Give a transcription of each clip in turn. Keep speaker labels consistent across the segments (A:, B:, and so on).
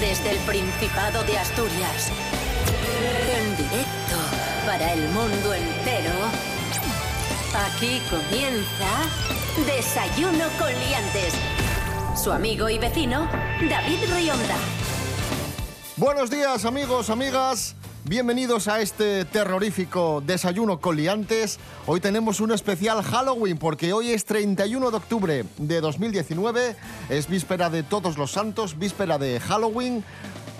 A: Desde el Principado de Asturias. En directo para el mundo entero. Aquí comienza Desayuno con Liantes. Su amigo y vecino, David Rionda.
B: Buenos días amigos, amigas. Bienvenidos a este terrorífico desayuno con liantes. Hoy tenemos un especial Halloween porque hoy es 31 de octubre de 2019, es víspera de Todos los Santos, víspera de Halloween.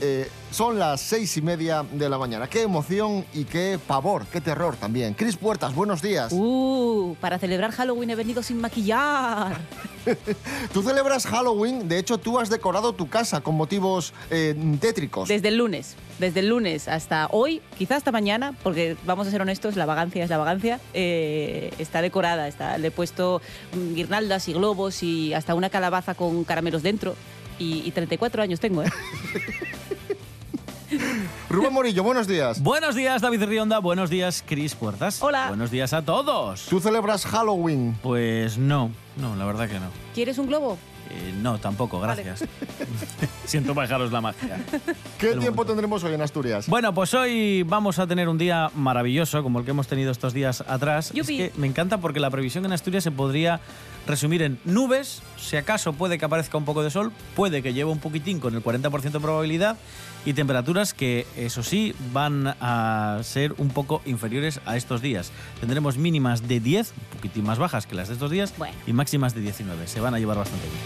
B: Eh, son las seis y media de la mañana. Qué emoción y qué pavor, qué terror también. Cris Puertas, buenos días.
C: Uh, para celebrar Halloween he venido sin maquillar.
B: tú celebras Halloween, de hecho tú has decorado tu casa con motivos eh, tétricos.
C: Desde el lunes, desde el lunes hasta hoy, quizá hasta mañana, porque vamos a ser honestos, la vagancia es la vagancia, eh, está decorada, está, le he puesto mm, guirnaldas y globos y hasta una calabaza con caramelos dentro y, y 34 años tengo, ¿eh?
B: Rubén Morillo, buenos días.
D: Buenos días, David Rionda. Buenos días, Cris Puertas.
C: Hola.
D: Buenos días a todos.
B: ¿Tú celebras Halloween?
D: Pues no, no, la verdad que no.
C: ¿Quieres un globo?
D: Eh, no, tampoco, gracias. Siento bajaros la magia.
B: ¿Qué el tiempo mundo. tendremos hoy en Asturias?
D: Bueno, pues hoy vamos a tener un día maravilloso, como el que hemos tenido estos días atrás.
C: Yupi.
D: Es que me encanta porque la previsión en Asturias se podría resumir en nubes, si acaso puede que aparezca un poco de sol, puede que lleve un poquitín con el 40% de probabilidad y temperaturas que, eso sí, van a ser un poco inferiores a estos días. Tendremos mínimas de 10, un poquitín más bajas que las de estos días,
C: bueno.
D: y máximas de 19. Se van a llevar bastante bien.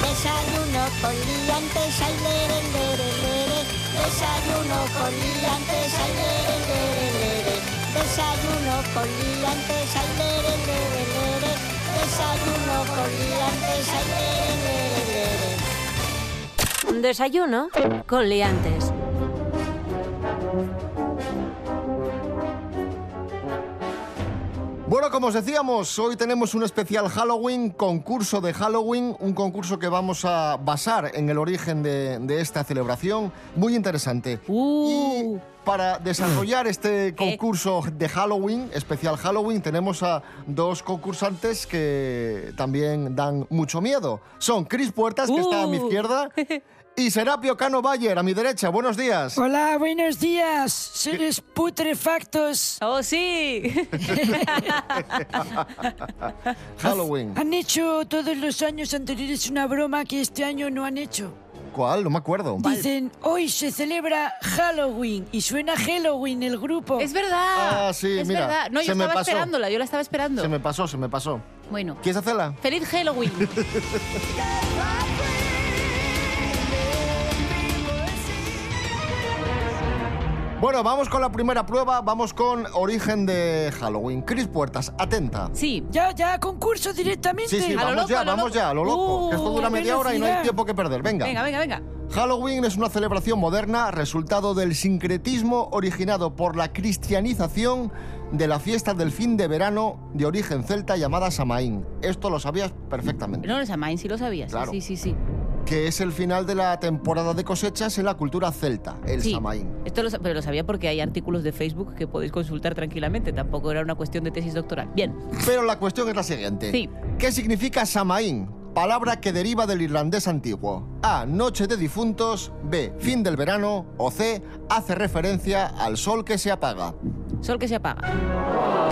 E: Desayuno con liantes, ay, lere, lere, lere. Desayuno con liantes, ay, lere, lere, lere. Desayuno con liantes, ay, lere, lere, lere. Desayuno con liantes, ay, lere, lere,
A: lere. Desayuno con liantes.
B: Bueno, como os decíamos, hoy tenemos un especial Halloween, concurso de Halloween, un concurso que vamos a basar en el origen de, de esta celebración, muy interesante.
C: Uh.
B: Y para desarrollar este concurso de Halloween, especial Halloween, tenemos a dos concursantes que también dan mucho miedo. Son Cris Puertas, que
C: Uh.
B: está a mi izquierda, y Serapio Cano Bayer, a mi derecha. Buenos días.
F: Hola, buenos días, seres putrefactos.
C: ¡Oh, sí!
B: Halloween.
F: Han hecho todos los años anteriores una broma que este año no han hecho.
B: ¿Cuál? No me acuerdo.
F: Dicen, hoy se celebra Halloween y suena Halloween el grupo.
C: ¡Es verdad!
B: Ah, sí,
C: es
B: mira,
C: verdad. No,
B: se
C: yo
B: me
C: estaba
B: pasó.
C: esperándola, yo la estaba esperando.
B: Se me pasó, se me pasó.
C: Bueno,
B: ¿Quieres hacerla?
C: ¡feliz Halloween!
B: Bueno, vamos con la primera prueba, vamos con origen de Halloween. Cris Puertas, atenta.
C: Sí.
F: Ya, ya, concurso directamente.
B: Sí, sí,
C: A lo
B: vamos
C: loco,
B: ya,
C: a lo
B: vamos
C: loco.
B: ya, a lo loco.
C: Uh,
B: que esto dura
F: qué
B: media hora y no hay
F: velocidad.
B: tiempo que perder. Venga.
C: Venga, venga, venga.
B: Halloween es una celebración moderna, resultado del sincretismo originado por la cristianización de la fiesta del fin de verano de origen celta llamada Samaín. Esto lo sabías perfectamente.
C: No, los Amain sí lo sabías.
B: Claro.
C: Sí, sí, sí.
B: Que es el final de la temporada de cosechas en la cultura celta, el
C: Sí.
B: Samaín.
C: Esto lo, sa- pero lo sabía porque hay artículos de Facebook que podéis consultar tranquilamente. Tampoco era una cuestión de tesis doctoral. Bien.
B: Pero la cuestión es la siguiente.
C: Sí.
B: ¿Qué significa Samaín? Palabra que deriva del irlandés antiguo. A. Noche de difuntos. B. Fin del verano. O C. Hace referencia al sol que se apaga.
C: Sol que se apaga.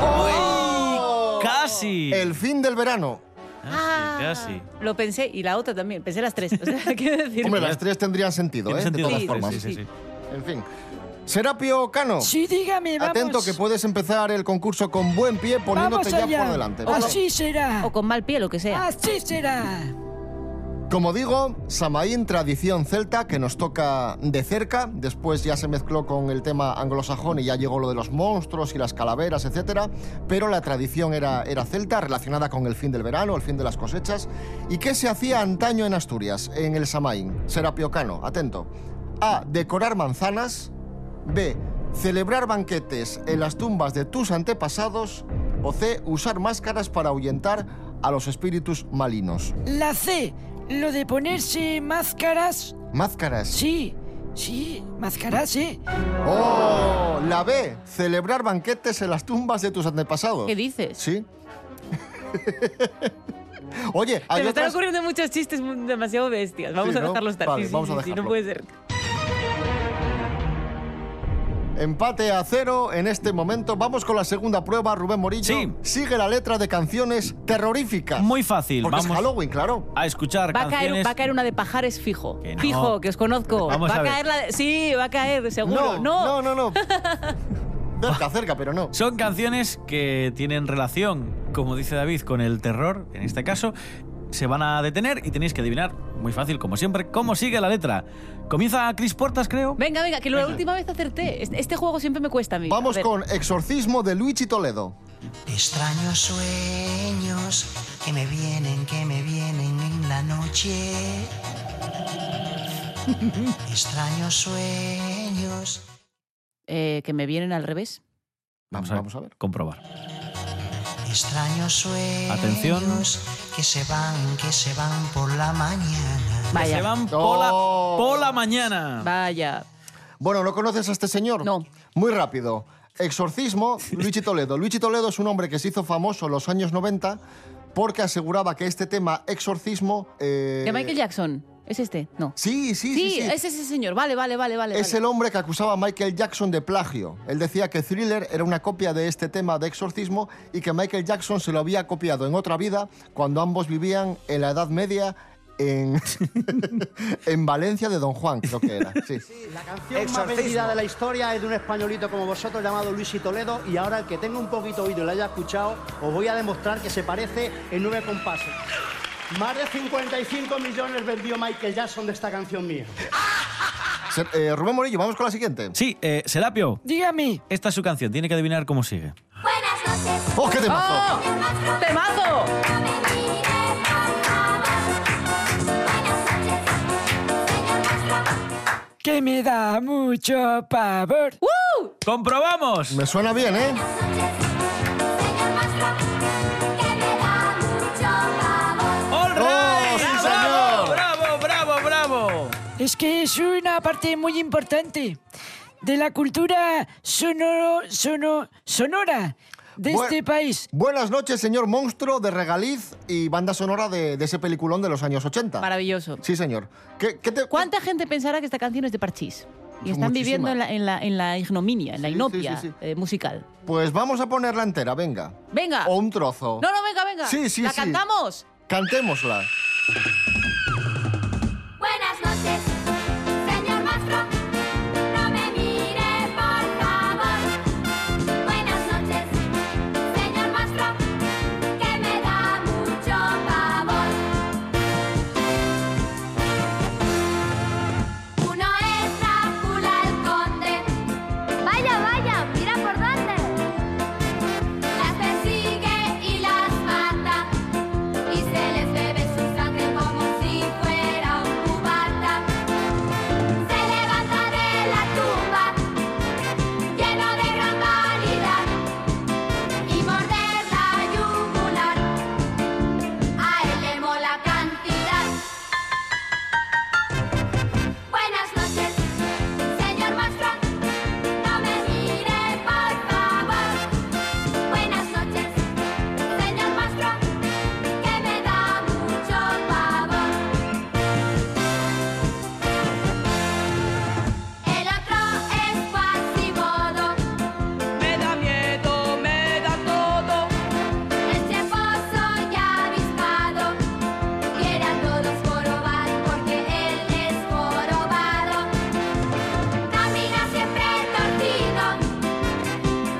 C: Oh.
D: ¡Casi!
B: El fin del verano.
D: Casi, casi.
C: Lo pensé y la otra también. Pensé las tres. O sea, quiero decir.
B: Hombre, las tres tendrían sentido,
D: Tiene
B: ¿eh?
D: sentido
B: de todas
C: sí,
B: formas.
D: sí, sí,
C: sí.
D: sí.
B: En fin. Serapio Cano,
F: Sí, dígame, vamos.
B: atento que puedes empezar el concurso con buen pie poniéndote
F: Vamos
B: ya
F: allá.
B: por delante. ¿vale?
F: Así será.
C: O con mal pie, lo que
B: Ah,
C: sea.
F: Así será.
B: Como digo, Samaín, tradición celta que nos toca de cerca. Después ya se mezcló con el tema anglosajón y ya llegó lo de los monstruos y las calaveras, etc. Pero la tradición era, era celta, relacionada con el fin del verano, el fin de las cosechas. ¿Y qué se hacía antaño en Asturias, en el Samaín? Serapio Cano, atento. A. Decorar manzanas. B. Celebrar banquetes en las tumbas de tus antepasados. O C. Usar máscaras para ahuyentar a los espíritus malinos.
F: La C, lo de ponerse máscaras.
B: Máscaras.
F: Sí, sí, máscaras, ¿eh?
B: ¡Oh! La B. Celebrar banquetes en las tumbas de tus antepasados.
C: ¿Qué dices?
B: Sí. Oye,
C: Se
B: hay
C: me
B: Ah,
C: están
B: otras...
C: ocurriendo muchos chistes demasiado bestias. Vamos
B: Sí,
C: a
B: ¿no?
C: dejarlos estar.
B: Vale,
C: Sí, sí,
B: vamos a
C: sí, sí,
B: dejarlo.
C: no puede ser.
B: Empate a cero en este momento. Vamos con la segunda prueba, Rubén Morillo.
D: Sí.
B: Sigue la letra de canciones terroríficas.
D: Muy fácil.
B: Porque es
D: Vamos
B: Halloween, claro.
D: a escuchar
C: Va a, caer,
D: canciones.
C: va a caer una de pajares fijo.
D: Que no.
C: Fijo, que os conozco.
D: Vamos
C: va
D: a ver.
C: caer la de- Sí, va a caer, seguro.
B: no, no. no. cerca, cerca, pero no.
D: Son canciones que tienen relación, como dice David, con el terror, en este caso. Se van a detener y tenéis que adivinar, muy fácil como siempre, cómo sigue la letra. Comienza Cris Portas, creo.
C: Venga, venga, que la última vez acerté. Este, este juego siempre me cuesta a mí.
B: Vamos
C: A ver.
B: con Exorcismo de Luigi Toledo.
G: Extraños sueños que me vienen, que me vienen en la noche. Extraños sueños.
C: Eh, que me vienen al revés.
B: Vamos, vamos a ver.
D: Comprobar.
G: Extraños sueños
D: Atención.
G: que se van, que se van por la mañana.
C: Vaya.
D: Se van por la,
B: Oh.
D: por la mañana.
C: Vaya.
B: Bueno, ¿no conoces a este señor?
C: No.
B: Muy rápido. Exorcismo, Luigi Toledo. Luigi Toledo es un hombre que se hizo famoso en los años 90 porque aseguraba que este tema, exorcismo... eh,
C: De Michael Jackson. ¿Es este? No.
B: Sí, sí, sí.
C: Sí,
B: sí.
C: es ese señor. Vale, vale, vale, vale.
B: Es
C: vale.
B: el hombre que acusaba a Michael Jackson de plagio. Él decía que Thriller era una copia de este tema de exorcismo y que Michael Jackson se lo había copiado en otra vida cuando ambos vivían en la Edad Media en, en Valencia de Don Juan, creo que era. Sí.
H: La canción más vendida de la historia es de un españolito como vosotros llamado Luisi Toledo y ahora el que tenga un poquito oído y lo haya escuchado, os voy a demostrar que se parece en nueve compases. Más de 55 millones vendió Michael Jackson de esta canción mía.
B: Se- eh, Rubén Morillo, vamos con la siguiente.
D: Sí, eh, Serapio,
F: Dígame.
D: esta es su canción, tiene que adivinar cómo sigue.
E: Buenas noches.
B: ¡Oh, qué temazo!
C: ¡Oh! ¡Temazo!
F: Que me da mucho pavor.
C: ¡Oh!
D: ¡Comprobamos!
B: Me suena bien, ¿eh?
D: ¡All right!
B: ¡Oh, sí,
D: ¡Bravo,
B: señor!
D: bravo, bravo, bravo!
F: Es que es una parte muy importante de la cultura sonoro, sono- sonora de
B: Bue-
F: este país.
B: Buenas noches, señor monstruo de Regaliz y banda sonora de, de ese peliculón de los años 80.
C: Maravilloso.
B: Sí, señor. ¿Qué, qué te...
C: ¿Cuánta gente pensará que esta canción es de Parchís? Y
B: Muchísima.
C: están viviendo en la, en la- en la ignominia, en la
B: Sí, sí,
C: inopia
B: sí, sí.
C: eh, musical.
B: Pues vamos a ponerla entera, venga.
C: Venga.
B: O un trozo.
C: Ah. No, no, venga, venga.
B: Oh, Sí, sí,
C: ¿La
B: sí.
C: cantamos?
B: Cantémosla.
E: Buenas noches, señor monstruo. No me mire, por favor. Buenas noches, señor monstruo. Que me da mucho pavor. Uno es Drácula el conde. Vaya, vaya, mira por dónde. Las persigue y las mata. Y se les bebe su sangre como si fuera un cubata. Se levanta de la tumba, lleno de brutalidad, y morder la yugular. A él le mola cantidad. Buenas noches, señor monstruo. No me mire, por favor. Buenas noches, señor monstruo que me da mucho pavor. El otro es cuasimodo,
C: Me da miedo, me da todo.
E: es tieposo y Este avispado. Quiere a todos jorobar porque él es jorobado. Camina siempre torcido,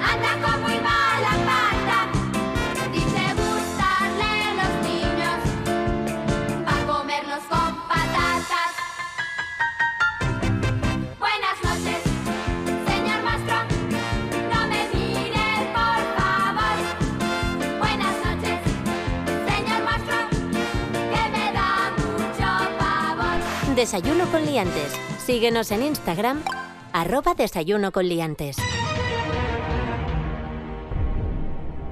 E: anda con muy mala pata. Dice gustarle los niños, pa' comerlos con patatas. Buenas noches, señor monstruo. No me mire, por favor. Buenas noches, señor monstruo, que me da mucho pavor.
A: Desayuno con liantes. Síguenos en Instagram, arroba desayuno con liantes.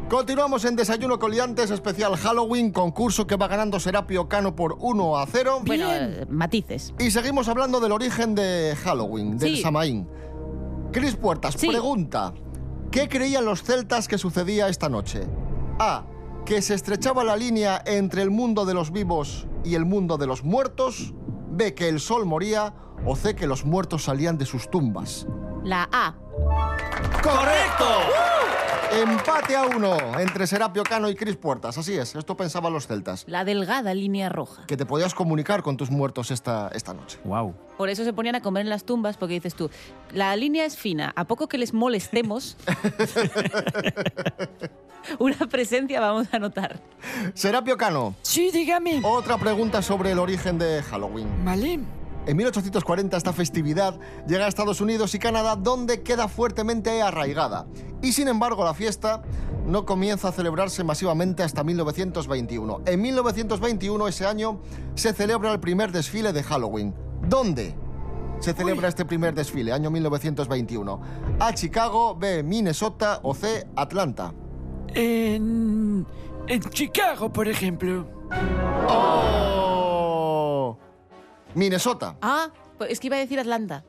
B: Continuamos en Desayuno Coliantes, especial Halloween, concurso que va ganando Serapio Cano por 1 a 0.
C: Bueno, eh, matices.
B: Y seguimos hablando del origen de Halloween, del
C: Sí.
B: Samaín. Cris Puertas
C: Sí.
B: pregunta: ¿Qué creían los celtas que sucedía esta noche? A. que se estrechaba la línea entre el mundo de los vivos y el mundo de los muertos, B que el sol moría o C que los muertos salían de sus tumbas.
C: La A.
D: ¡Correcto!
B: Empate a uno entre Serapio Cano y Cris Puertas, así es, esto pensaban los celtas.
C: La delgada línea roja.
B: Que te podías comunicar con tus muertos esta, esta noche.
D: Wow.
C: Por eso se ponían a comer en las tumbas, porque dices tú, la línea es fina, a poco que les molestemos, una presencia vamos a notar.
B: Serapio Cano,
F: Sí, dígame.
B: otra pregunta sobre el origen de Halloween.
F: Vale.
B: En 1840 esta festividad llega a Estados Unidos y Canadá donde queda fuertemente arraigada. Y sin embargo la fiesta no comienza a celebrarse masivamente hasta 1921. En 1921 ese año se celebra el primer desfile de Halloween. ¿Dónde? Se celebra este primer desfile, año 1921. A Chicago, B, Minnesota o C, Atlanta.
F: En, en Chicago, por ejemplo.
B: ¡Oh! Minnesota.
C: Ah, pues es que iba a decir Atlanta.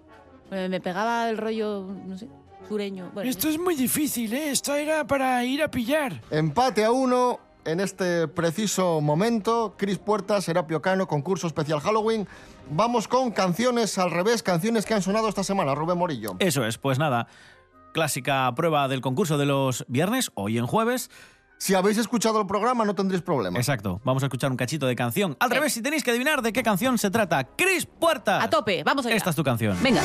C: Eh, Me pegaba el rollo, no sé, sureño. Bueno,
F: Esto es muy difícil, ¿eh? Esto era para ir a pillar.
B: Empate a uno en este preciso momento. Cris Puerta, Serapio Cano, concurso especial Halloween. Vamos con canciones al revés, canciones que han sonado esta semana, Rubén Morillo.
D: Eso es, pues nada. Clásica prueba del concurso de los viernes, hoy en jueves.
B: Si habéis escuchado el programa no tendréis problemas.
D: Exacto, vamos a escuchar un cachito de canción. Al revés, si tenéis que adivinar de qué canción se trata, Cris Puerta.
C: a tope, vamos allá.
D: Esta es tu canción.
C: Venga.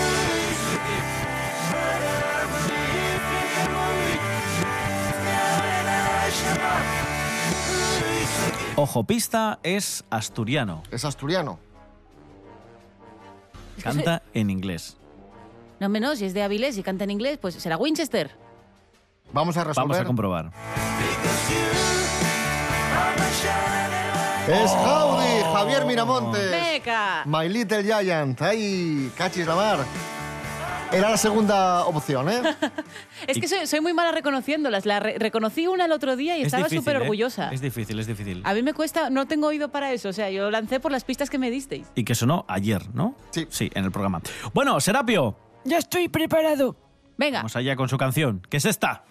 D: Ojo Pista es asturiano.
B: Es asturiano.
D: Canta en inglés.
C: No menos, si es de Avilés y canta en inglés, pues será Winchester.
B: Vamos
D: Vamos
B: a
D: a
B: resolver.
D: comprobar.
B: es Howdy, Javier Miramontes.
C: ¡Meca!
B: My Little Giant. Ay, cachis la mar. Era la segunda opción, ¿eh?
C: Es que soy, soy muy mala reconociéndolas. La re- reconocí una el otro día y
D: Es
C: estaba
D: difícil,
C: súper
D: ¿eh?
C: orgullosa.
D: Es difícil, es difícil.
C: A mí me cuesta, no tengo oído para eso. O sea, yo lancé por las pistas que me disteis.
D: Y que sonó ayer, ¿no?
B: Sí.
D: Sí, en el programa. Bueno, Serapio,
F: Ya estoy preparado.
C: Venga,
D: vamos allá con su canción, que es esta.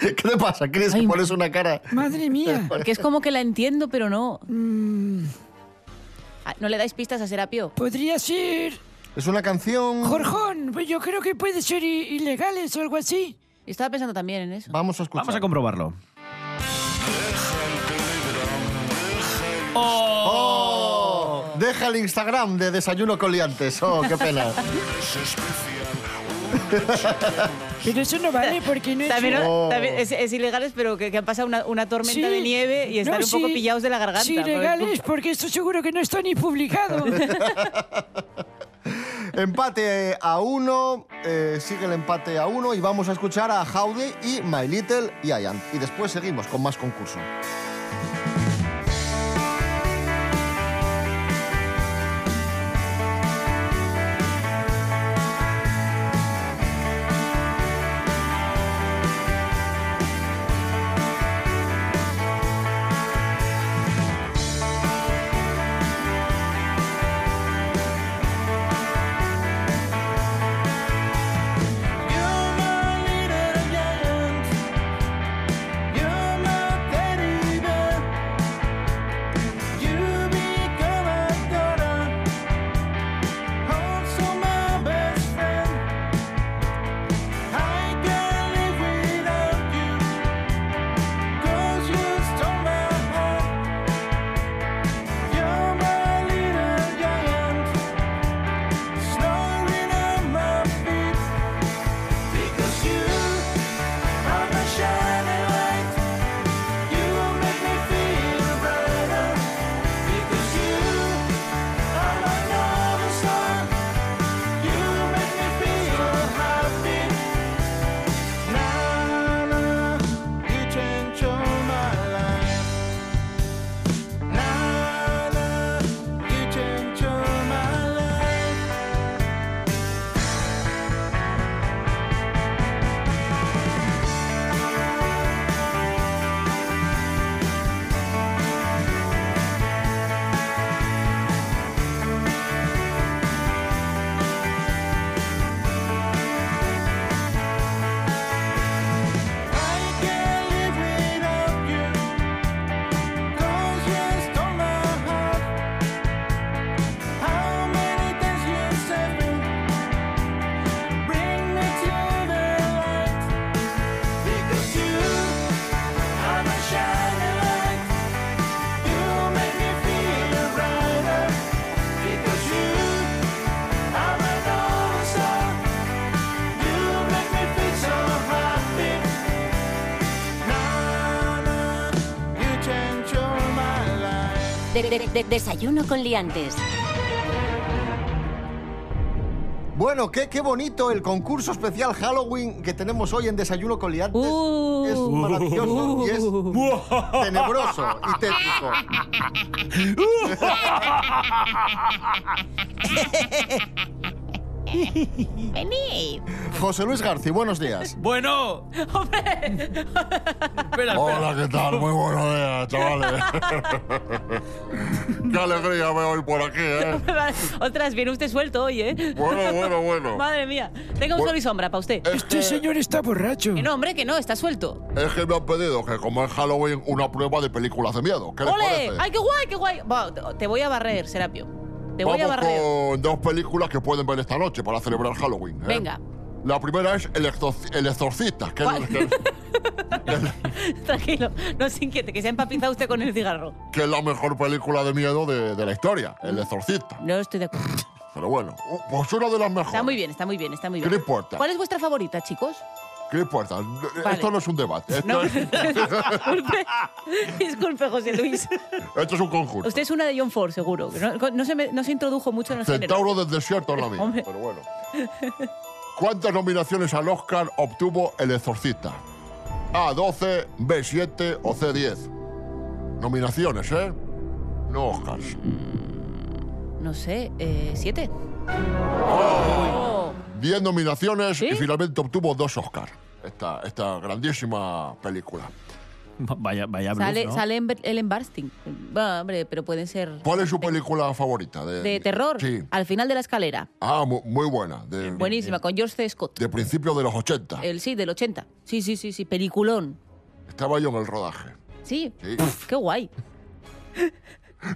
B: ¿Qué te pasa, Cris? Que
C: Ay,
B: pones una cara.
F: Madre mía.
C: que es como que la entiendo, pero no. Ah, ¿No le dais pistas a Serapio?
F: Podría ser.
B: Es una canción.
F: Jorjón, pues yo creo que puede ser i- ilegales o algo así.
C: Estaba pensando también en eso.
B: Vamos a escuchar.
D: Vamos a comprobarlo.
B: ¡Oh! Deja el Instagram de Desayuno con Liantes. ¡Oh, qué pena!
F: Pero eso no vale porque no es.
C: También,
B: Oh.
C: también es, es ilegales, pero que, que han pasado una, una tormenta
F: Sí.
C: de nieve y están
F: No,
C: un poco
F: sí.
C: pillados de la garganta.
F: Sí,
C: porque-
F: ilegales, porque esto seguro que no está ni publicado.
B: Empate a uno, eh, sigue el empate a uno y vamos a escuchar a Howdy y My Little Giant. Y después seguimos con más concurso.
G: You're my baby.
A: de- de- de- desayuno con liantes.
B: Bueno, qué, qué bonito el concurso especial Halloween que tenemos hoy en Desayuno con Liantes.
C: Uh.
B: es maravilloso y es tenebroso y tétrico.
E: Venid.
B: José Luis García, buenos días.
D: Bueno, espera, espera.
I: Hola, ¿qué tal? Muy buenos días, chavales. Qué alegría veo hoy por aquí, ¿eh?
C: Otras, viene usted suelto hoy, ¿eh?
I: Bueno, bueno, bueno.
C: Madre mía. Tenga un sol y sombra para usted.
I: Es
F: Este
I: que,
F: señor está borracho.
C: Que no, hombre, que no, está suelto.
I: es que me han pedido que, como es Halloween, una prueba de películas de miedo. ¿Qué les
C: ¡Ole!
I: parece?
C: ¡Ay, qué guay, qué guay! Va, te- te voy a barrer, Serapio. Te voy a
I: Vamos
C: barrer.
I: con dos películas que pueden ver esta noche para celebrar Halloween. ¿eh?
C: Venga.
I: La primera es El, Exorci- El Exorcista. Que,
C: ¿Cuál?
I: que-
C: Tranquilo, no se inquiete, que se ha empapizado usted con el cigarro.
I: que es la mejor película de miedo de, de la historia, El Exorcista.
C: No estoy de acuerdo.
I: Pero bueno, u- pues una de las mejores.
C: Está muy bien, está muy bien, está muy
I: ¿Qué
C: bien.
I: le importa?
C: ¿Cuál es vuestra favorita, chicos?
I: ¿Qué importa? Esto no es un debate. Esto,
C: No,
I: es,
C: disculpe, disculpe, José Luis.
I: esto es un concurso.
C: Usted es una de John Ford, seguro. que No, no se, me- no se introdujo mucho en los géneros.
I: Centauro del desierto es la mía.
C: Hombre.
I: Pero bueno. ¿Cuántas nominaciones al Oscar obtuvo El Exorcista? A12, B7 o C10. Nominaciones, ¿eh? No Oscars.
C: No sé, eh, ¿siete?
I: 10 Oh. nominaciones
C: ¿Sí?
I: y finalmente obtuvo dos Oscars. Esta, esta grandísima película.
D: Vaya, vaya blues,
C: Sale,
D: ¿no?
C: sale Ember- Ellen Barsting. Bueno, hombre, pero pueden ser
I: ¿Cuál es su película favorita? De,
C: de terror.
I: Sí.
C: Al final de la escalera.
I: Ah, mu- muy, buena. De,
C: Buenísima, Eh. con George C. Scott.
I: de principios de los 80.
C: El sí, del 80. Sí, sí, sí, sí, peliculón.
I: Estaba yo en el rodaje.
C: Sí,
I: Sí.
C: qué guay.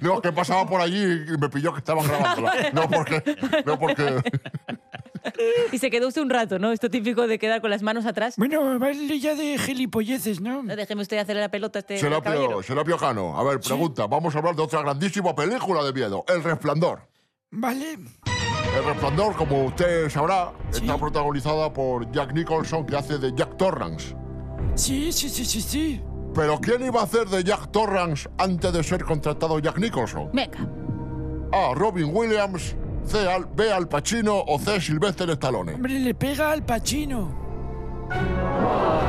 I: No, que pasaba por allí y me pilló que estaban grabándola. No porque, no porque
C: Y se quedó usted un rato, ¿no? Esto típico de quedar con las manos atrás.
F: Bueno, vale ya de gilipolleces, ¿no?
C: No, déjeme usted hacerle la pelota a este caballero.
I: Serapio, Serapio Cano. A ver, pregunta. Vamos a hablar de otra grandísima película de miedo, El Resplandor.
F: Vale.
I: El Resplandor, como usted sabrá, está protagonizada por Jack Nicholson, que hace de Jack Torrance.
F: Sí, sí, sí, sí, sí.
I: Pero ¿quién iba a hacer de Jack Torrance antes de ser contratado Jack Nicholson?
C: Venga.
B: Pues
I: A. Robin Williams, C. Al- B. Al Pacino o C. Sylvester Stallone.
F: Hombre, le pega al Pacino.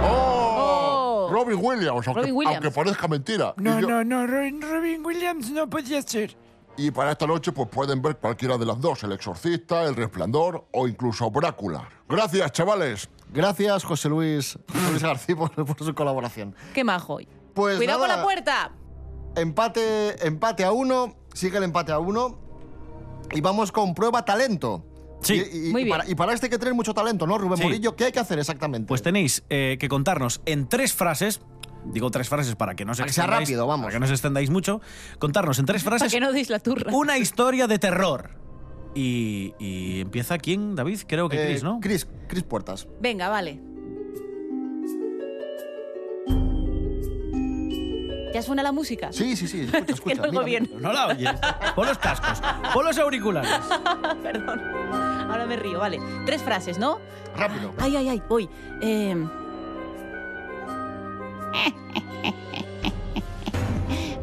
I: ¡Oh!
C: Oh.
I: Robin Williams, aunque,
C: Robin Williams.
I: aunque parezca mentira.
F: No,
I: Y yo-
F: no, no, Robin, Robin Williams no podía ser.
I: Y para esta noche pues pueden ver cualquiera de las dos, El Exorcista, El Resplandor o incluso Brácula. Gracias, chavales.
B: Gracias, José Luis, José Luis García, por, por su colaboración.
C: Qué majo.
B: Pues
C: Cuidado
B: nada,
C: con la puerta.
B: Empate, empate a uno, sigue el empate a uno. Y vamos con prueba talento.
D: Sí.
B: y, y-
C: Muy
B: y
C: bien.
B: para, y para este que tener mucho talento, ¿no, Rubén
D: Sí.
B: Morillo? ¿Qué hay que hacer exactamente?
D: Pues tenéis eh, que contarnos en tres frases. Digo tres frases para que no os
B: Para que sea
D: extendáis-
B: rápido, vamos.
D: Para que no os extendáis mucho. Contarnos en tres
C: Para
D: frases
C: que no deis la turra.
D: una historia de terror. Y, y empieza quién, David? Creo que
B: Eh,
D: Chris, ¿no?
B: Chris, Chris Puertas.
C: Venga, vale. ¿Ya suena la música?
B: Sí, sí, sí, escucha,
C: que
B: escucha.
C: no oigo
B: mira,
C: bien.
D: No la oyes. Pon los cascos, pon los auriculares.
C: Perdón. Ahora me río, vale. Tres frases, ¿no?
B: Rápido.
C: Ay, ay, ay, voy. Eh,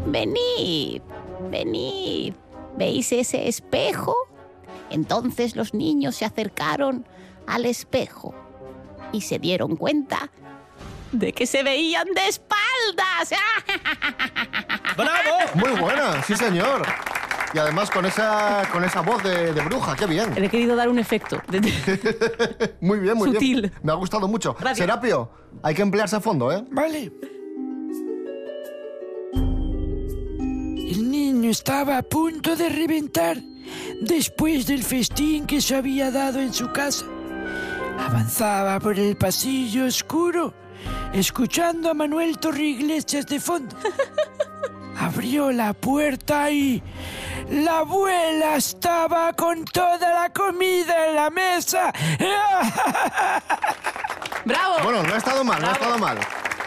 E: Venid. Venid. ¿Veis ese espejo? Entonces los niños se acercaron al espejo y se dieron cuenta
C: de que se veían de espaldas.
E: ¡Ah!
D: ¡Bravo!
B: Muy buena, sí, señor. Y además con esa, con esa voz de, de bruja, qué bien.
C: Le he querido dar un efecto.
B: Muy bien, muy bien.
C: Sutil.
B: Me ha gustado mucho.
C: Gracias.
B: Serapio, hay que emplearse a fondo, ¿eh?
F: Vale. El niño estaba a punto de reventar después del festín que se había dado en su casa. Avanzaba por el pasillo oscuro, escuchando a Manuel Torriglesias de fondo. Abrió la puerta y la abuela estaba con toda la comida en la mesa.
C: ¡Bravo!
B: Bueno, no ha estado mal, no ha estado mal.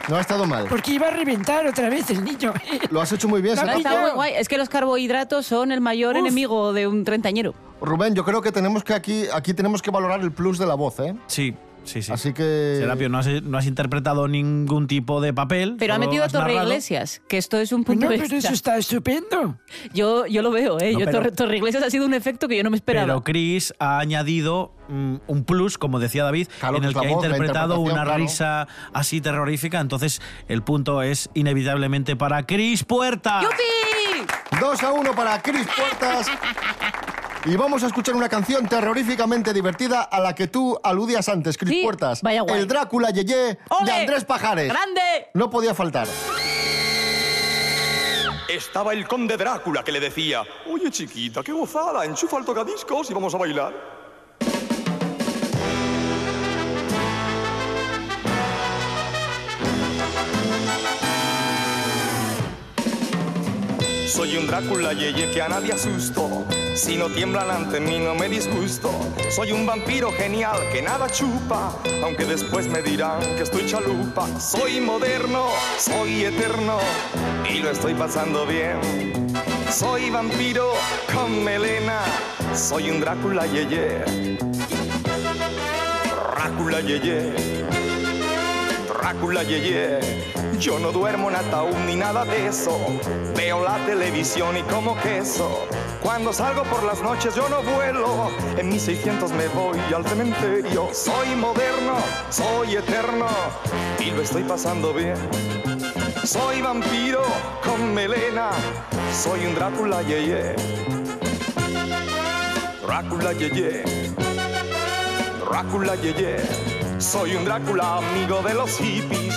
B: No ha estado mal.
F: Porque iba a reventar otra vez el niño.
B: Lo has hecho muy bien,
F: No,
C: No,
B: Serapio.
C: está muy guay. Es que los carbohidratos son el mayor
F: Ah, pues Uf.
C: enemigo de un treintañero.
B: Rubén, yo creo que tenemos que aquí, aquí tenemos que valorar el plus de la voz, ¿eh?
D: Sí, Sí, sí.
B: Así que...
D: Serapio, no has, no has interpretado ningún tipo de papel.
C: Pero ha
D: solo
C: metido a
D: has
C: Torre
D: narrado.
C: Iglesias, que esto es un punto
F: Pues No,
C: de
F: pero
C: vista.
F: eso está estupendo.
C: Yo, yo lo veo, ¿eh?
D: No,
C: yo
D: pero-
C: Torre, Torre Iglesias ha sido un efecto que yo no me esperaba.
D: Pero Chris ha añadido mm, un plus, como decía David,
B: Claro,
D: en
B: que
D: el
B: es la
D: que ha
B: voz, la
D: interpretado una
B: interpretación, claro.
D: risa así terrorífica. Entonces, el punto es inevitablemente para Chris Puerta.
C: ¡Yupi!
B: 2 a 1 para Cris Puertas. Y vamos a escuchar una canción terroríficamente divertida a la que tú aludías antes, Cris
C: Sí,
B: Puertas.
C: vaya guay.
B: El Drácula Yeye de
C: ¡Ole!
B: Andrés Pajares.
C: ¡Grande!
B: No podía faltar.
J: Estaba el conde Drácula que le decía, oye chiquita, qué gozada, enchufa el tocadiscos y vamos a bailar. Soy un Drácula yeye que a nadie asusto, si no tiemblan ante mí no me disgusto. Soy un vampiro genial que nada chupa, aunque después me dirán que estoy chalupa. Soy moderno, soy eterno y lo estoy pasando bien. Soy vampiro con melena, soy un Drácula yeye. Drácula yeye. Drácula yeye. Yo no duermo en ataúd ni nada de eso. Veo la televisión y como queso. Cuando salgo por las noches yo no vuelo. En mis 600 me voy al cementerio. Soy moderno, soy eterno y lo estoy pasando bien. Soy vampiro con melena, soy un Drácula yeye. Drácula yeye. Drácula yeye. Soy un Drácula amigo de los hippies.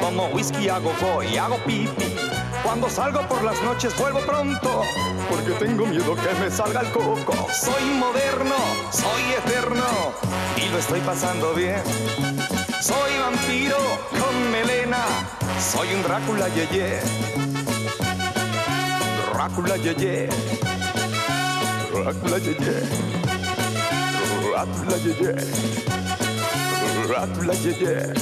J: Tomo whisky, hago go y hago pipi. Cuando salgo por las noches vuelvo pronto, porque tengo miedo que me salga el coco. Soy moderno, soy eterno y lo estoy pasando bien. Soy vampiro con melena, soy un Drácula yeye. Drácula yeye. Drácula yeye. Drácula yeye. Drácula yeye.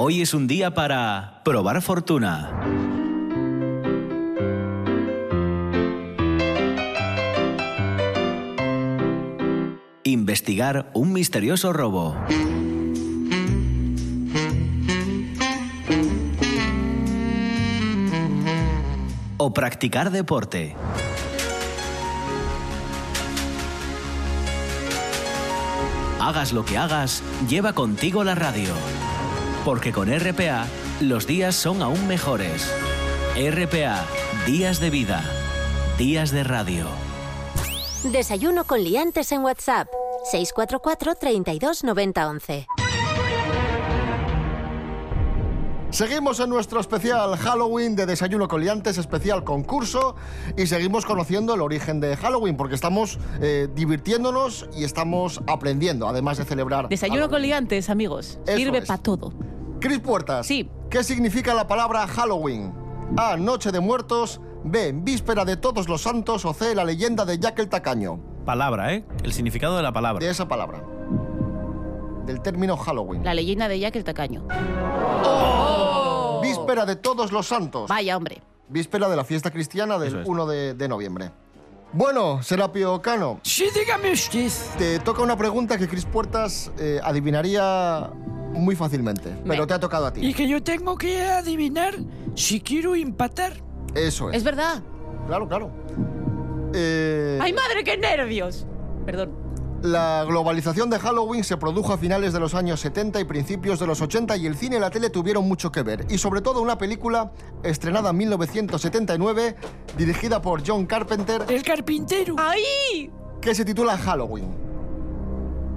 D: Hoy es un día para probar fortuna. Investigar un misterioso robo. O practicar deporte. Hagas lo que hagas, lleva contigo la radio. Porque con RPA los días son aún mejores. RPA, días de vida, días de radio.
A: Desayuno con liantes en WhatsApp. 644 32 90 11.
B: Seguimos en nuestro especial Halloween de Desayuno con Liantes, especial concurso, y seguimos conociendo el origen de Halloween, porque estamos eh, divirtiéndonos y estamos aprendiendo, además de celebrar.
C: Desayuno con
B: Halloween.
C: liantes, amigos.
B: Ah, Eso
C: Sirve
B: es.
C: para todo.
B: Cris Puertas.
C: Sí.
B: ¿Qué significa la palabra Halloween? A. Noche de muertos. B. Víspera de todos los santos. O C. La leyenda de Jack el Tacaño.
D: Palabra, ¿eh? El significado de la palabra.
B: De esa palabra. Del término Halloween.
C: La leyenda de Jack el Tacaño.
B: Víspera de todos los santos.
C: Vaya, hombre.
B: Víspera de la fiesta cristiana del
D: Eso es.
B: 1 de, de noviembre. Bueno, Serapio Cano,
F: Sí, dígame usted.
B: te toca una pregunta que Cris Puertas eh, adivinaría muy fácilmente, pero
C: Venga.
B: te ha tocado a
F: Y
B: ti.
F: que yo tengo que adivinar si quiero empatar.
B: Eso
C: Es
B: es.
C: verdad.
B: Claro, claro. Eh,
C: ¡Ay, madre, qué nervios! Perdón.
B: La globalización de Halloween se produjo a finales de los años 70 y principios de los 80 y el cine y la tele tuvieron mucho que ver. Y sobre todo una película estrenada en 1979, dirigida por John Carpenter,
F: El carpintero.
C: ¡Ay!
B: que se titula Halloween.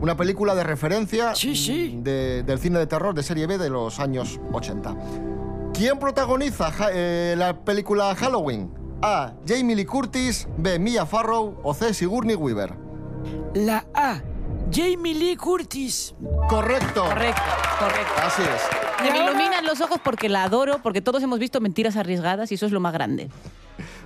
B: Una película de referencia
F: Sí, sí.
B: de- del cine de terror de serie B de los años 80. ¿Quién protagoniza ja- eh, la película Halloween? A. Jamie Lee Curtis, B. Mia Farrow o C. Sigourney Weaver.
F: La A. Jamie Lee Curtis.
B: Correcto.
C: Correcto, correcto.
B: Así es.
C: Me iluminan los ojos porque la adoro, porque todos hemos visto mentiras arriesgadas y eso es lo más grande.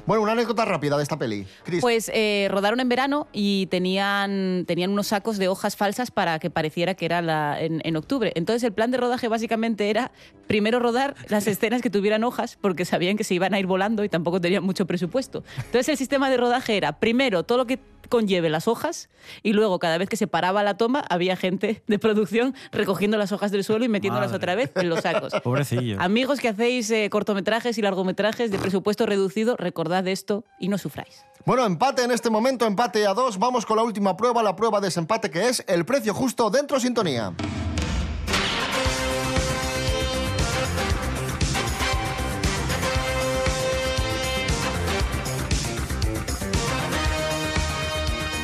B: Bueno, una anécdota rápida de esta peli. Chris,
C: Pues eh, rodaron en verano y tenían, tenían unos sacos de hojas falsas para que pareciera que era la, en, en octubre. Entonces el plan de rodaje básicamente era primero rodar las escenas que tuvieran hojas porque sabían que se iban a ir volando y tampoco tenían mucho presupuesto. Entonces el sistema de rodaje era primero todo lo que conlleve las hojas y luego cada vez que se paraba la toma había gente de producción recogiendo las hojas del suelo y metiéndolas
D: Madre.
C: otra vez en los sacos.
D: Pobrecillo.
C: Amigos que hacéis eh, cortometrajes y largometrajes de presupuesto reducido, recordad esto y no sufráis.
B: Bueno, empate en este momento, empate a dos. Vamos con la última prueba, la prueba de desempate que es el precio justo dentro sintonía.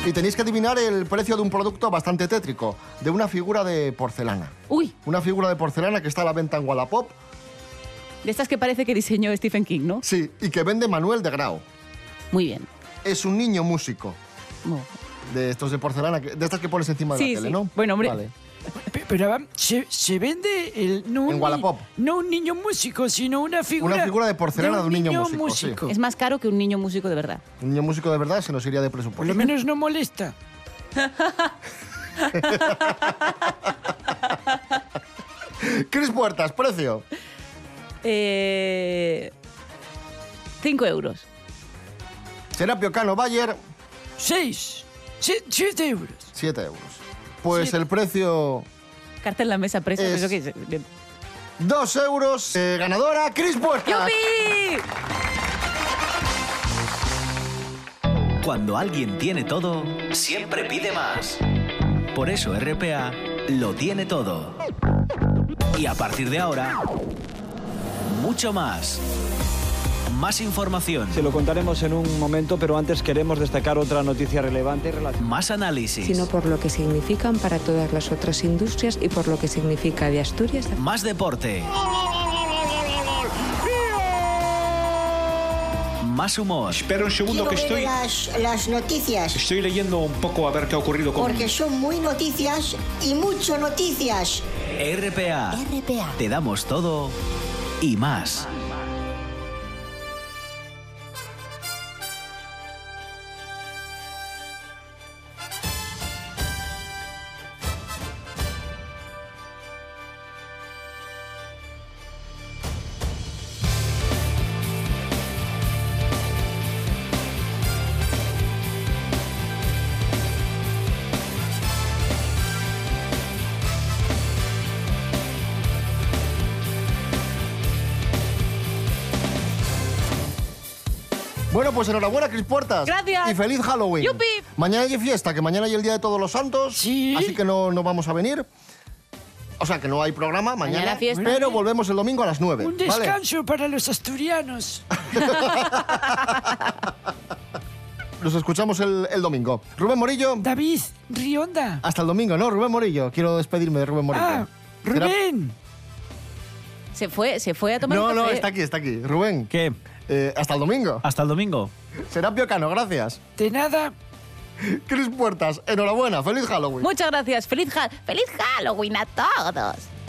B: Y tenéis que adivinar el precio de un producto bastante tétrico, de una figura de porcelana.
C: Uy,
B: Una figura de porcelana que está a la venta en Wallapop,
C: de estas que parece que diseñó Stephen King, ¿no?
B: sí, y que vende Manuel de Grau.
C: Muy bien.
B: Es un niño músico,
C: Bueno,
B: de estos de porcelana, que- de estas que pones encima de
C: Sí,
B: la tele,
C: sí.
B: ¿no?
C: Bueno, hombre.
B: Vale.
F: Pe- Pero vam- se, se vende el, no, un
B: En
F: ni-
B: Wallapop.
F: no un niño músico, sino una figura.
B: Una figura de porcelana de un niño músico, sí.
C: Es más caro que un niño músico de verdad.
B: Un niño músico de verdad se nos iría de
F: Por lo
B: presupuesto.
F: menos no molesta.
B: Cris Puertas, precio.
C: Eh, 5 euros.
B: Serapio Cano Bayer,
F: Seis. Se- siete euros.
B: 7 euros. Pues
F: Siete.
B: el precio,
C: Carta en la mesa presa.
B: Es-
C: creo que es- bien.
B: 2 euros. Eh, ganadora, Cris Puertas.
C: ¡Yupi!
K: Cuando alguien tiene todo, siempre pide más. Por eso RPA lo tiene todo. Y a partir de ahora, mucho más. Más información,
L: Se lo contaremos en un momento, pero antes queremos destacar otra noticia relevante relacionada.
K: más análisis,
M: sino por lo que significan para todas las otras industrias y por lo que significa de Asturias.
K: más deporte, más humor.
L: Espera un segundo que
E: Quiero ver
L: estoy,
E: Las, las noticias,
L: estoy leyendo un poco a ver qué ha ocurrido con...
E: porque son muy noticias y mucho noticias.
K: RPA,
E: RPA.
K: te damos todo y más.
B: Bueno, pues enhorabuena, Cris Puertas.
C: Gracias.
B: Y feliz Halloween.
C: Yupi.
B: Mañana hay fiesta, que mañana hay el Día de Todos los Santos.
F: Sí.
B: Así que no, no vamos a venir. O sea, que no hay programa mañana.
C: Mañana fiesta.
B: Pero volvemos el domingo a las 9.
F: Un
B: ¿vale?
F: descanso para los asturianos.
B: Nos escuchamos el, el domingo. Rubén Morillo.
F: David, Rionda.
B: Hasta el domingo, ¿no? Rubén Morillo. Quiero despedirme de Rubén Morillo.
F: Ah,
B: Será-
F: Rubén.
C: Se fue, se fue a tomar
B: No,
C: un
B: no,
C: café.
B: está aquí, está aquí. Rubén,
D: ¿Qué?
B: eh, hasta el domingo.
F: Ah.
D: Hasta el domingo.
B: Serapio Cano, gracias.
F: De nada.
B: Cris Puertas, enhorabuena, feliz Halloween.
C: Muchas gracias. Feliz, ha- feliz Halloween a todos.